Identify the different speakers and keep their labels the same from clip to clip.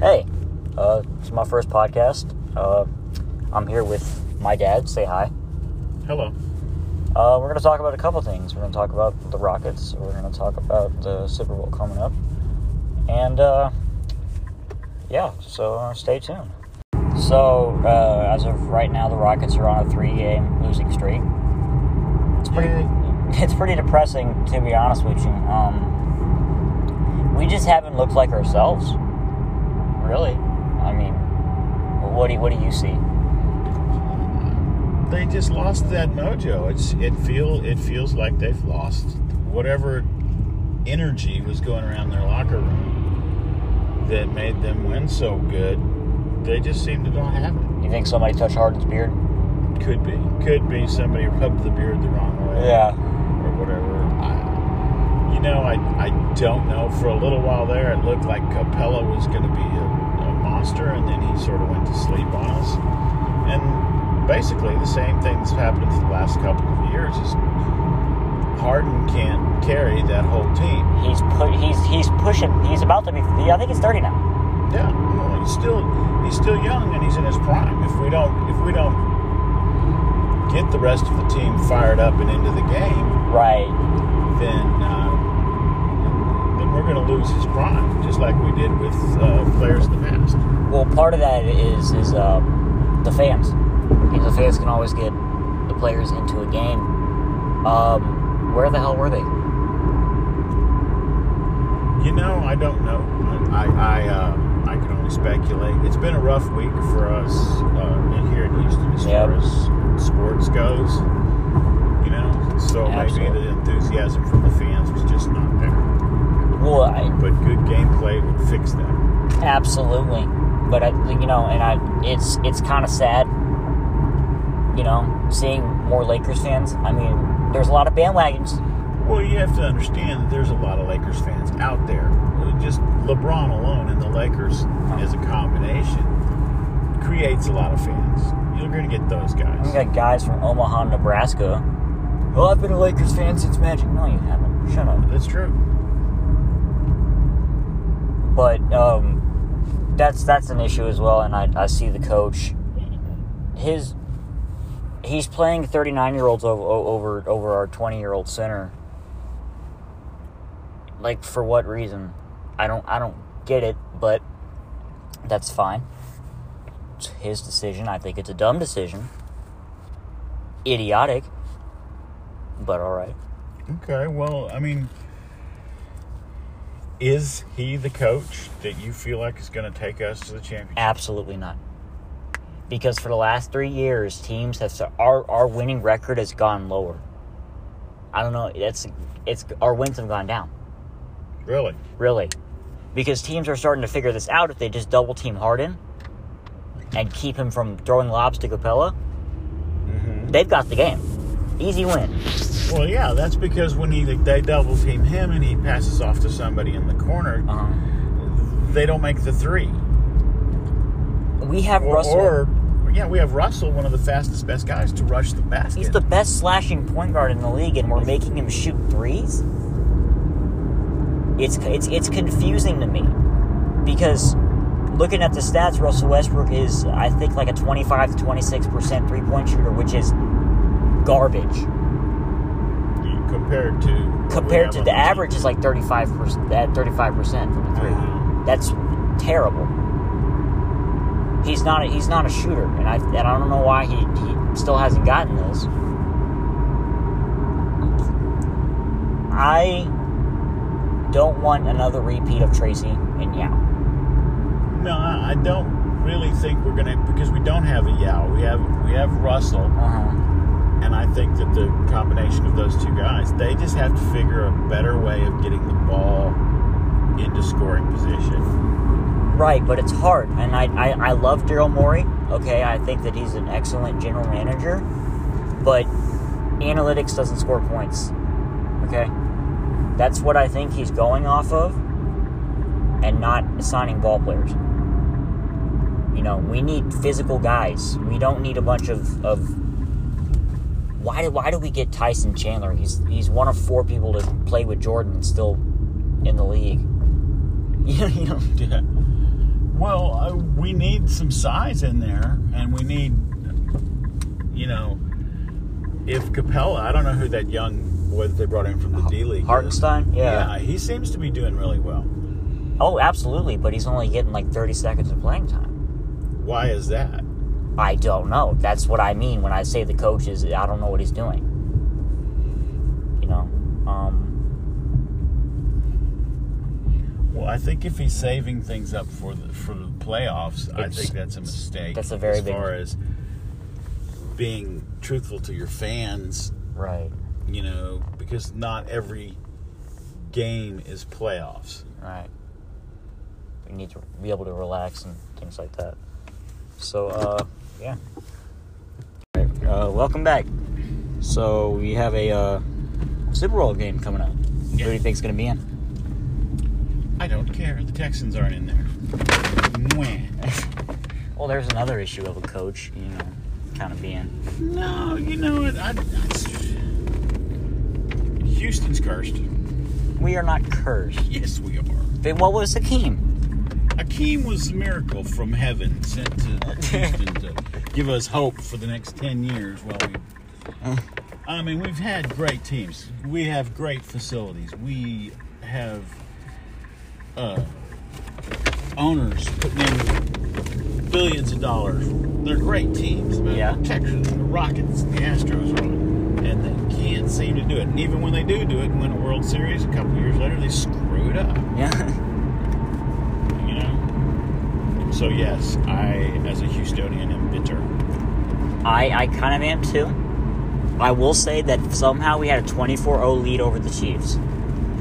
Speaker 1: Hey, uh, it's my first podcast. Uh, I'm here with my dad. Say hi.
Speaker 2: Hello.
Speaker 1: Uh, we're going to talk about a couple things. We're going to talk about the Rockets. We're going to talk about the Super Bowl coming up. And uh, yeah, so uh, stay tuned. So, uh, as of right now, the Rockets are on a three game losing streak. It's pretty,
Speaker 2: Yay.
Speaker 1: it's pretty depressing, to be honest with you. Um, we just haven't looked like ourselves, really. I mean, what do, you- what do you see?
Speaker 2: They just lost that mojo. It's it feel it feels like they've lost whatever energy was going around their locker room that made them win so good. They just seem to not have it.
Speaker 1: You think somebody touched Harden's beard?
Speaker 2: Could be, could be somebody rubbed the beard the wrong way. or whatever. I, you know, I, I don't know. For a little while there, it looked like Capella was going to be a, a monster, and then he sort of went to sleep on us. And basically, the same thing that's happened for the last couple of years is Harden can't carry that whole team.
Speaker 1: He's pu- he's he's pushing. He's about to be. I think he's thirty now.
Speaker 2: Yeah, well, he's still he's still young and he's in his prime. If we don't if we don't get the rest of the team fired up and into the game,
Speaker 1: Right.
Speaker 2: then uh, then we're going to lose his prime, just like we did with uh, players in the past.
Speaker 1: Well, part of that is is uh, the fans. You know, the fans can always get the players into a game. Um, where the hell were they?
Speaker 2: You know, I don't know. I I, uh, I can only speculate. It's been a rough week for us uh, in here in Houston as
Speaker 1: Yep.
Speaker 2: far as sports goes. You know, so maybe
Speaker 1: Absolutely.
Speaker 2: the enthusiasm from the fans was just not there.
Speaker 1: Well, I,
Speaker 2: But good gameplay would fix that.
Speaker 1: absolutely. But I, you know, and I, it's it's kind of sad. You know, seeing more Lakers fans. I mean, there's a lot of bandwagons.
Speaker 2: Well, you have to understand that there's a lot of Lakers fans out there. Just LeBron alone and the Lakers as a combination creates a lot of fans. You're going to get those guys.
Speaker 1: We got guys from Omaha, Nebraska. Well, I've been a Lakers fan since Magic. No, you haven't. Shut up.
Speaker 2: That's true.
Speaker 1: but um, that's that's an issue as well. And I, I see the coach, his he's playing thirty nine year olds over over over our twenty year old center. Like for what reason? I don't I don't get it, but that's fine. It's his decision. I think it's a dumb decision, idiotic, but all right.
Speaker 2: Okay, well, I mean, is he the coach that you feel like is going to take us to the championship?
Speaker 1: Absolutely not. Because for the last three years, teams have our our winning record has gone lower. I don't know. It's it's our wins have gone down
Speaker 2: Really?
Speaker 1: really, because teams are starting to figure this out. If they just double team Harden and keep him from throwing lobs to Capella,
Speaker 2: Mm-hmm.
Speaker 1: they've got the game. Easy win.
Speaker 2: Well, yeah, that's because when he they double team him and he passes off to somebody in the corner,
Speaker 1: Uh-huh.
Speaker 2: they don't make the three.
Speaker 1: We have
Speaker 2: Or,
Speaker 1: Russell.
Speaker 2: or yeah, we have Russell, one of the fastest, best guys to rush the basket.
Speaker 1: He's the best slashing point guard in the league, and we're making him shoot threes. It's it's it's confusing to me because looking at the stats, Russell Westbrook is I think like a twenty five to twenty six percent three point shooter, which is garbage
Speaker 2: compared to
Speaker 1: compared to the
Speaker 2: average.
Speaker 1: average is like thirty five percent at thirty five percent from the three. That's terrible. He's not a, he's not a shooter, and I and I don't know why he, he still hasn't gotten this. I don't want another repeat of Tracy and Yao.
Speaker 2: No, I I don't really think we're gonna because we don't have a Yao. We have we have Russell,
Speaker 1: Uh-huh.
Speaker 2: and I think that the combination of those two guys, they just have to figure a better way of getting the ball into scoring position.
Speaker 1: Right, but it's hard, and I I, I love Daryl Morey. Okay, I think that he's an excellent general manager, but analytics doesn't score points. Okay? That's what I think he's going off of and not assigning ball players. You know, we need physical guys. We don't need a bunch of, of why do why do we get Tyson Chandler? He's he's one of four people to play with Jordan and still in the league. You know, you know.
Speaker 2: Yeah. Well, uh, we need some size in there, and we need, you know, if Capella, I don't know who that young boy that they brought in from the D League. is.
Speaker 1: Hartenstein? Yeah.
Speaker 2: yeah, he seems to be doing really well.
Speaker 1: Oh, absolutely, but he's only getting like 30 seconds of playing time.
Speaker 2: Why is that?
Speaker 1: I don't know. That's what I mean when I say the coach is, I don't know what he's doing. You know? Um,
Speaker 2: Well, I think if he's saving things up for the for the playoffs, I think that's a mistake.
Speaker 1: that's a very
Speaker 2: as
Speaker 1: big-
Speaker 2: far as being truthful to your fans,
Speaker 1: right.
Speaker 2: you know, because not every game is playoffs.
Speaker 1: Right. We need to be able to relax and things like that. So, uh, yeah. Right, Uh, welcome back. So we have a uh, Super Bowl game coming up. Who do you
Speaker 2: Yeah.
Speaker 1: think's gonna be in?
Speaker 2: I don't care. The Texans aren't in there. Mwah.
Speaker 1: Well, there's another issue of a coach, you know, kind of being.
Speaker 2: No, you know what? I, I, Houston's cursed.
Speaker 1: We are not cursed.
Speaker 2: Yes, we are.
Speaker 1: Then what was Hakeem?
Speaker 2: Akeem was a miracle from heaven sent to Houston to uh, give us hope for the next 10 years while we. I mean, we've had great teams. We have great facilities. We have uh, owners putting in billions of dollars. They're great teams. man.
Speaker 1: Yeah.
Speaker 2: The Texans, the Rockets, the Astros, and they can't seem to do it. And even when they do do it and win a World Series a couple years later, they screw it up
Speaker 1: Yeah.
Speaker 2: you know. So yes, I, as a Houstonian, am bitter.
Speaker 1: I I kind of am too. I will say that somehow we had a 24-0 lead over the Chiefs,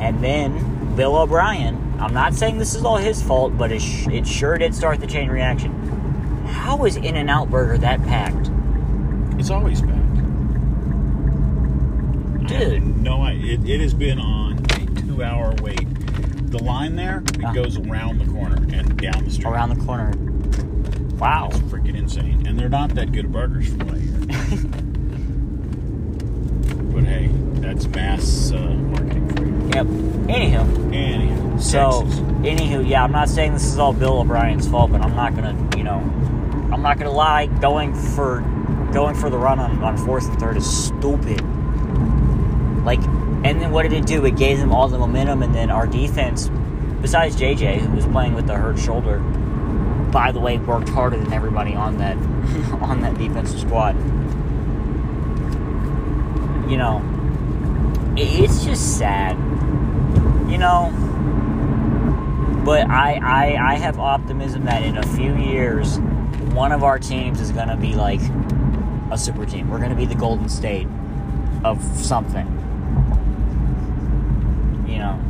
Speaker 1: and then Bill O'Brien. I'm not saying this is all his fault, but it, sh- it sure did start the chain reaction. How is In and Out Burger that packed?
Speaker 2: It's always bad,
Speaker 1: Dude.
Speaker 2: No, I, it, it has been on a two-hour wait. The line there, it
Speaker 1: Uh.
Speaker 2: goes around the corner and down the street.
Speaker 1: around the corner. Wow.
Speaker 2: It's freaking insane, and they're not that good burgers from what I hear. but hey, that's mass uh, marketing for you.
Speaker 1: Yep. Anywho,
Speaker 2: Anyhow,
Speaker 1: so
Speaker 2: Texas.
Speaker 1: anywho, yeah, I'm not saying this is all Bill O'Brien's fault, but I'm not gonna, you know, I'm not gonna lie. Going for going for the run on, on fourth and third is stupid. Like, and then what did it do? It gave them all the momentum, and then our defense, besides JJ, who was playing with a hurt shoulder, by the way, worked harder than everybody on that on that defensive squad. You know, it, it's just sad. You know, but I, I I have optimism that in a few years, one of our teams is gonna be like a super team. We're gonna be the Golden State of something. You know.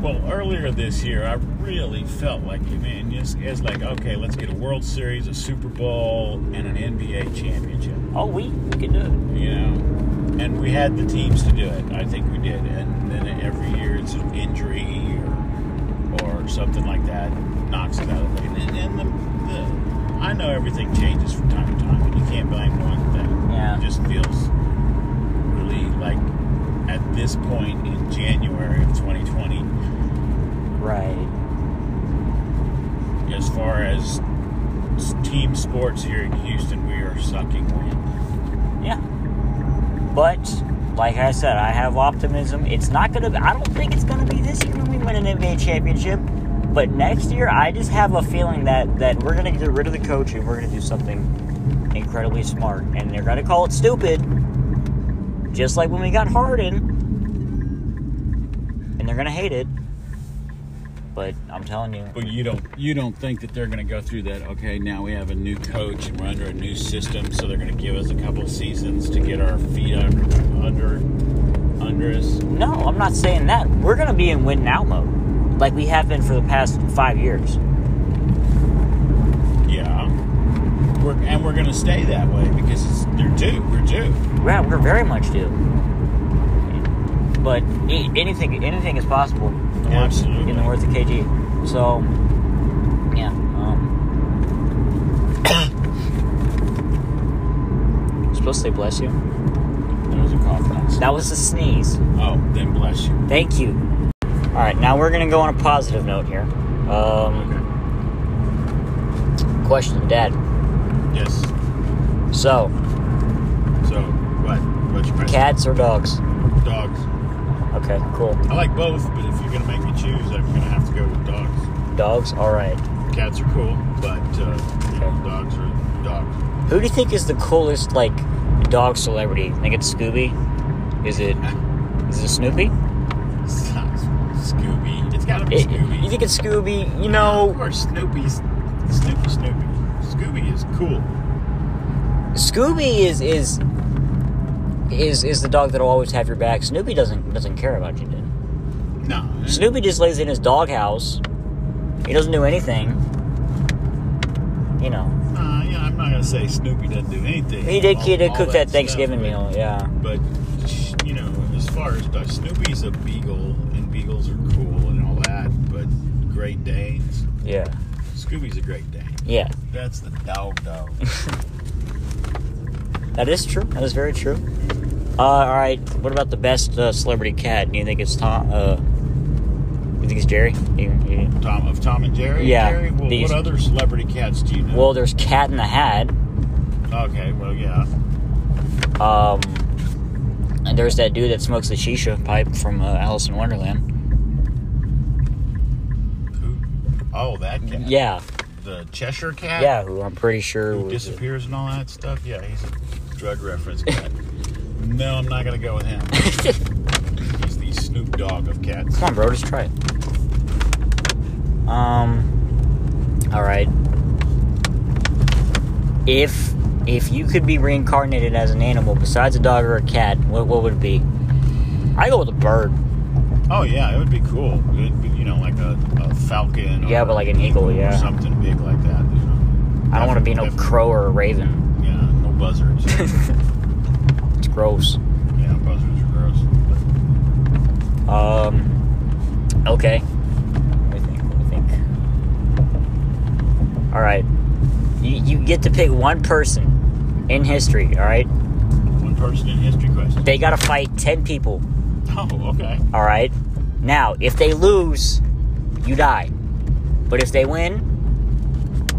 Speaker 2: Well, earlier this year, I really felt like, man, it's, it's like, okay, let's get a World Series, a Super Bowl, and an NBA championship,
Speaker 1: Oh, we we can do it.
Speaker 2: you know? And we had the teams to do it. I think we did. And then every year it's an injury or, or something like that knocks it out of the league. And, and the, the, I know everything changes from time to time, and you can't blame one thing.
Speaker 1: Yeah.
Speaker 2: It just feels really like at this point in January of 2020,
Speaker 1: Right.
Speaker 2: as far as s- team sports here in Houston, we are sucking wind.
Speaker 1: Yeah. But like I said, I have optimism. It's not gonna. Be, I don't think it's gonna be this year when we win an NBA championship. But next year, I just have a feeling that that we're gonna get rid of the coach and we're gonna do something incredibly smart, and they're gonna call it stupid, just like when we got Harden, and they're gonna hate it. But I'm telling you,
Speaker 2: But you don't you don't think that they're going to go through that? Okay, now we have a new coach and we're under a new system, so they're going to give us a couple seasons to get our feet under under under us.
Speaker 1: No, I'm not saying that. We're gonna be in win now mode, like we have been for the past five years.
Speaker 2: Yeah, we're, and we're going to stay that way because it's, they're due. We're due.
Speaker 1: Yeah, we're very much due. But a- anything, anything is possible. in the words-
Speaker 2: Absolutely.
Speaker 1: In the words of KG. So, yeah. Um, I'm supposed to say bless you.
Speaker 2: There was a conference.
Speaker 1: That was a sneeze.
Speaker 2: Oh, then bless you.
Speaker 1: Thank you. All right, now we're gonna go on a positive note here. Um,
Speaker 2: Okay.
Speaker 1: question of dad.
Speaker 2: Yes.
Speaker 1: So,
Speaker 2: So what? What's your preference?
Speaker 1: cats or dogs?
Speaker 2: Dogs.
Speaker 1: Okay, cool.
Speaker 2: I like both, but if you're gonna make me choose, I'm gonna have to go with dogs.
Speaker 1: Dogs, all right.
Speaker 2: Cats are cool, but uh, you know,
Speaker 1: Okay.
Speaker 2: dogs are dogs.
Speaker 1: Who do you think is the coolest like dog celebrity? Think it's Scooby? Is it is it Snoopy?
Speaker 2: It's not Scooby. It's gotta be
Speaker 1: It-
Speaker 2: Scooby.
Speaker 1: you think it's Scooby? You
Speaker 2: Of
Speaker 1: know,
Speaker 2: course, Snoopy's Snoopy, Snoopy. Scooby is cool.
Speaker 1: Scooby is is is is the dog that'll always have your back. Snoopy doesn't doesn't care about you, dude.
Speaker 2: No,
Speaker 1: Snoopy just lays in his doghouse. He doesn't do anything. You know,
Speaker 2: Uh, yeah, I'm not gonna say Snoopy doesn't do anything.
Speaker 1: he did
Speaker 2: All-
Speaker 1: he did
Speaker 2: all
Speaker 1: cook that
Speaker 2: stuff,
Speaker 1: Thanksgiving
Speaker 2: but-
Speaker 1: meal. Yeah,
Speaker 2: But sh- you know, as far as dogs, Snoopy's a beagle, and beagles are cool and all that. But Great Danes,
Speaker 1: yeah,
Speaker 2: Scooby's a Great Dane.
Speaker 1: yeah.
Speaker 2: That's the dog dog.
Speaker 1: That is true. That is very true. Uh, all right. What about the best uh, celebrity cat? Do you think it's Tom? Uh, you think it's Jerry? You- you-
Speaker 2: Tom of Tom and Jerry.
Speaker 1: Yeah,
Speaker 2: Jerry? Well,
Speaker 1: these-
Speaker 2: what other celebrity cats do you know?
Speaker 1: Well, there's Cat in the Hat.
Speaker 2: okay. Well, yeah.
Speaker 1: Um, and there's that dude that smokes the shisha pipe from uh, Alice in Wonderland.
Speaker 2: Who? Oh, that cat.
Speaker 1: Yeah,
Speaker 2: The Cheshire cat.
Speaker 1: yeah. Who I'm pretty sure
Speaker 2: Who
Speaker 1: was.
Speaker 2: disappears and all that stuff. Yeah, he's a drug reference cat. no, I'm not gonna go with him. He's the Snoop Dogg of cats.
Speaker 1: Come on, bro. Just try it. Um. All right. If if you could be reincarnated as an animal besides a dog or a cat, what what would it be? I go with a bird.
Speaker 2: Oh yeah, it would be cool. It'd be, you know, like a, a falcon. Or
Speaker 1: Yeah, but like an eagle, yeah.
Speaker 2: Or something big like that. You know.
Speaker 1: I don't want to be no
Speaker 2: Definitely-
Speaker 1: crow or a raven.
Speaker 2: Yeah, no buzzards.
Speaker 1: It's gross.
Speaker 2: yeah, buzzards are gross.
Speaker 1: Um. Okay. Let me think. Let me think. All right. You you get to pick one person in history. All right.
Speaker 2: One person in history question.
Speaker 1: They got to fight ten people.
Speaker 2: Oh, okay.
Speaker 1: All right. Now, if they lose, you die. But if they win,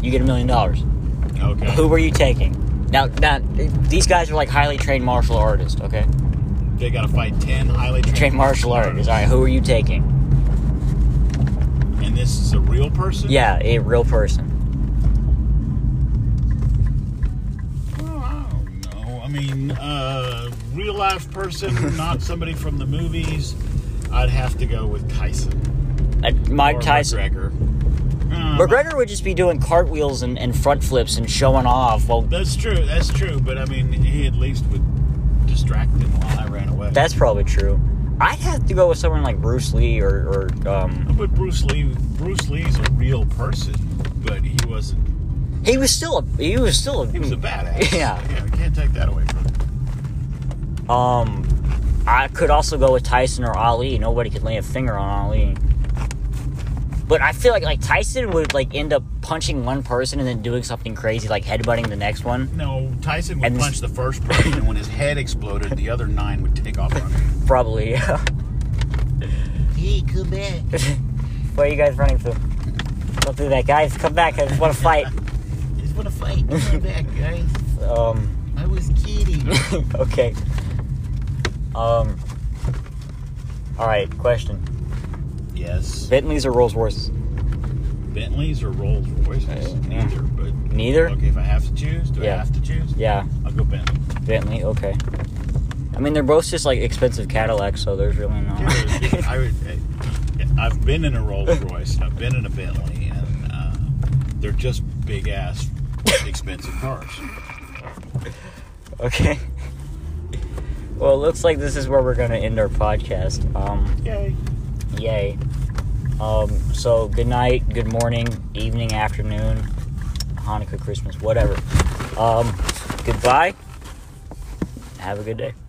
Speaker 1: you get a million dollars.
Speaker 2: Okay.
Speaker 1: Who are you taking? Now, now, these guys are like highly trained martial artists. Okay,
Speaker 2: They got to fight ten highly trained,
Speaker 1: trained martial artists. All right, who are you taking?
Speaker 2: And this is a real person.
Speaker 1: Yeah, a real person.
Speaker 2: Well, I don't know. Oh, I mean, uh, real life person, not somebody from the movies. I'd have to go with Tyson.
Speaker 1: Uh, Mike
Speaker 2: or
Speaker 1: Tyson.
Speaker 2: McGregor. Uh,
Speaker 1: McGregor would just be doing cartwheels and, and front flips and showing off. Well,
Speaker 2: That's true. That's true. But I mean, he at least would distract him while I ran away.
Speaker 1: that's probably true. I'd have to go with someone like Bruce Lee or, or um,
Speaker 2: but Bruce Lee. Bruce Lee's a real person, but he wasn't.
Speaker 1: he was still a he was still a,
Speaker 2: He was a badass.
Speaker 1: Hmm. Yeah.
Speaker 2: Yeah. We can't take that away from him.
Speaker 1: Um, I could also go with Tyson or Ali. Nobody could lay a finger on Ali. But I feel like like Tyson would like end up punching one person and then doing something crazy like headbutting the next one.
Speaker 2: No, Tyson would
Speaker 1: And this-
Speaker 2: punch the first person, and when his head exploded, the other nine would take off running.
Speaker 1: Probably. Yeah.
Speaker 2: Hey, come back.
Speaker 1: Where are you guys running to? Don't do that, guys. Come back. I just want to fight.
Speaker 2: Just want to fight. Come back, guys.
Speaker 1: Um.
Speaker 2: I was kidding.
Speaker 1: okay. Um. All right. Question.
Speaker 2: Yes.
Speaker 1: Bentleys or Rolls Royces?
Speaker 2: Bentleys or Rolls Royces? Neither, but.
Speaker 1: Neither.
Speaker 2: Okay, if I have to choose, do
Speaker 1: Yeah.
Speaker 2: I have to choose?
Speaker 1: Yeah.
Speaker 2: I'll go Bentley.
Speaker 1: Bentley. Okay. I mean, they're both just like expensive Cadillacs, so there's really no.
Speaker 2: Dude, I would, I've been in a Rolls Royce and I've been in a Bentley, and uh, they're just big ass, expensive cars.
Speaker 1: Okay. Well, it looks like this is where we're gonna end our podcast. Um,
Speaker 2: Yay.
Speaker 1: yay. Um, so good night, good morning, evening, afternoon, Hanukkah, Christmas, whatever. Um, goodbye. Have a good day.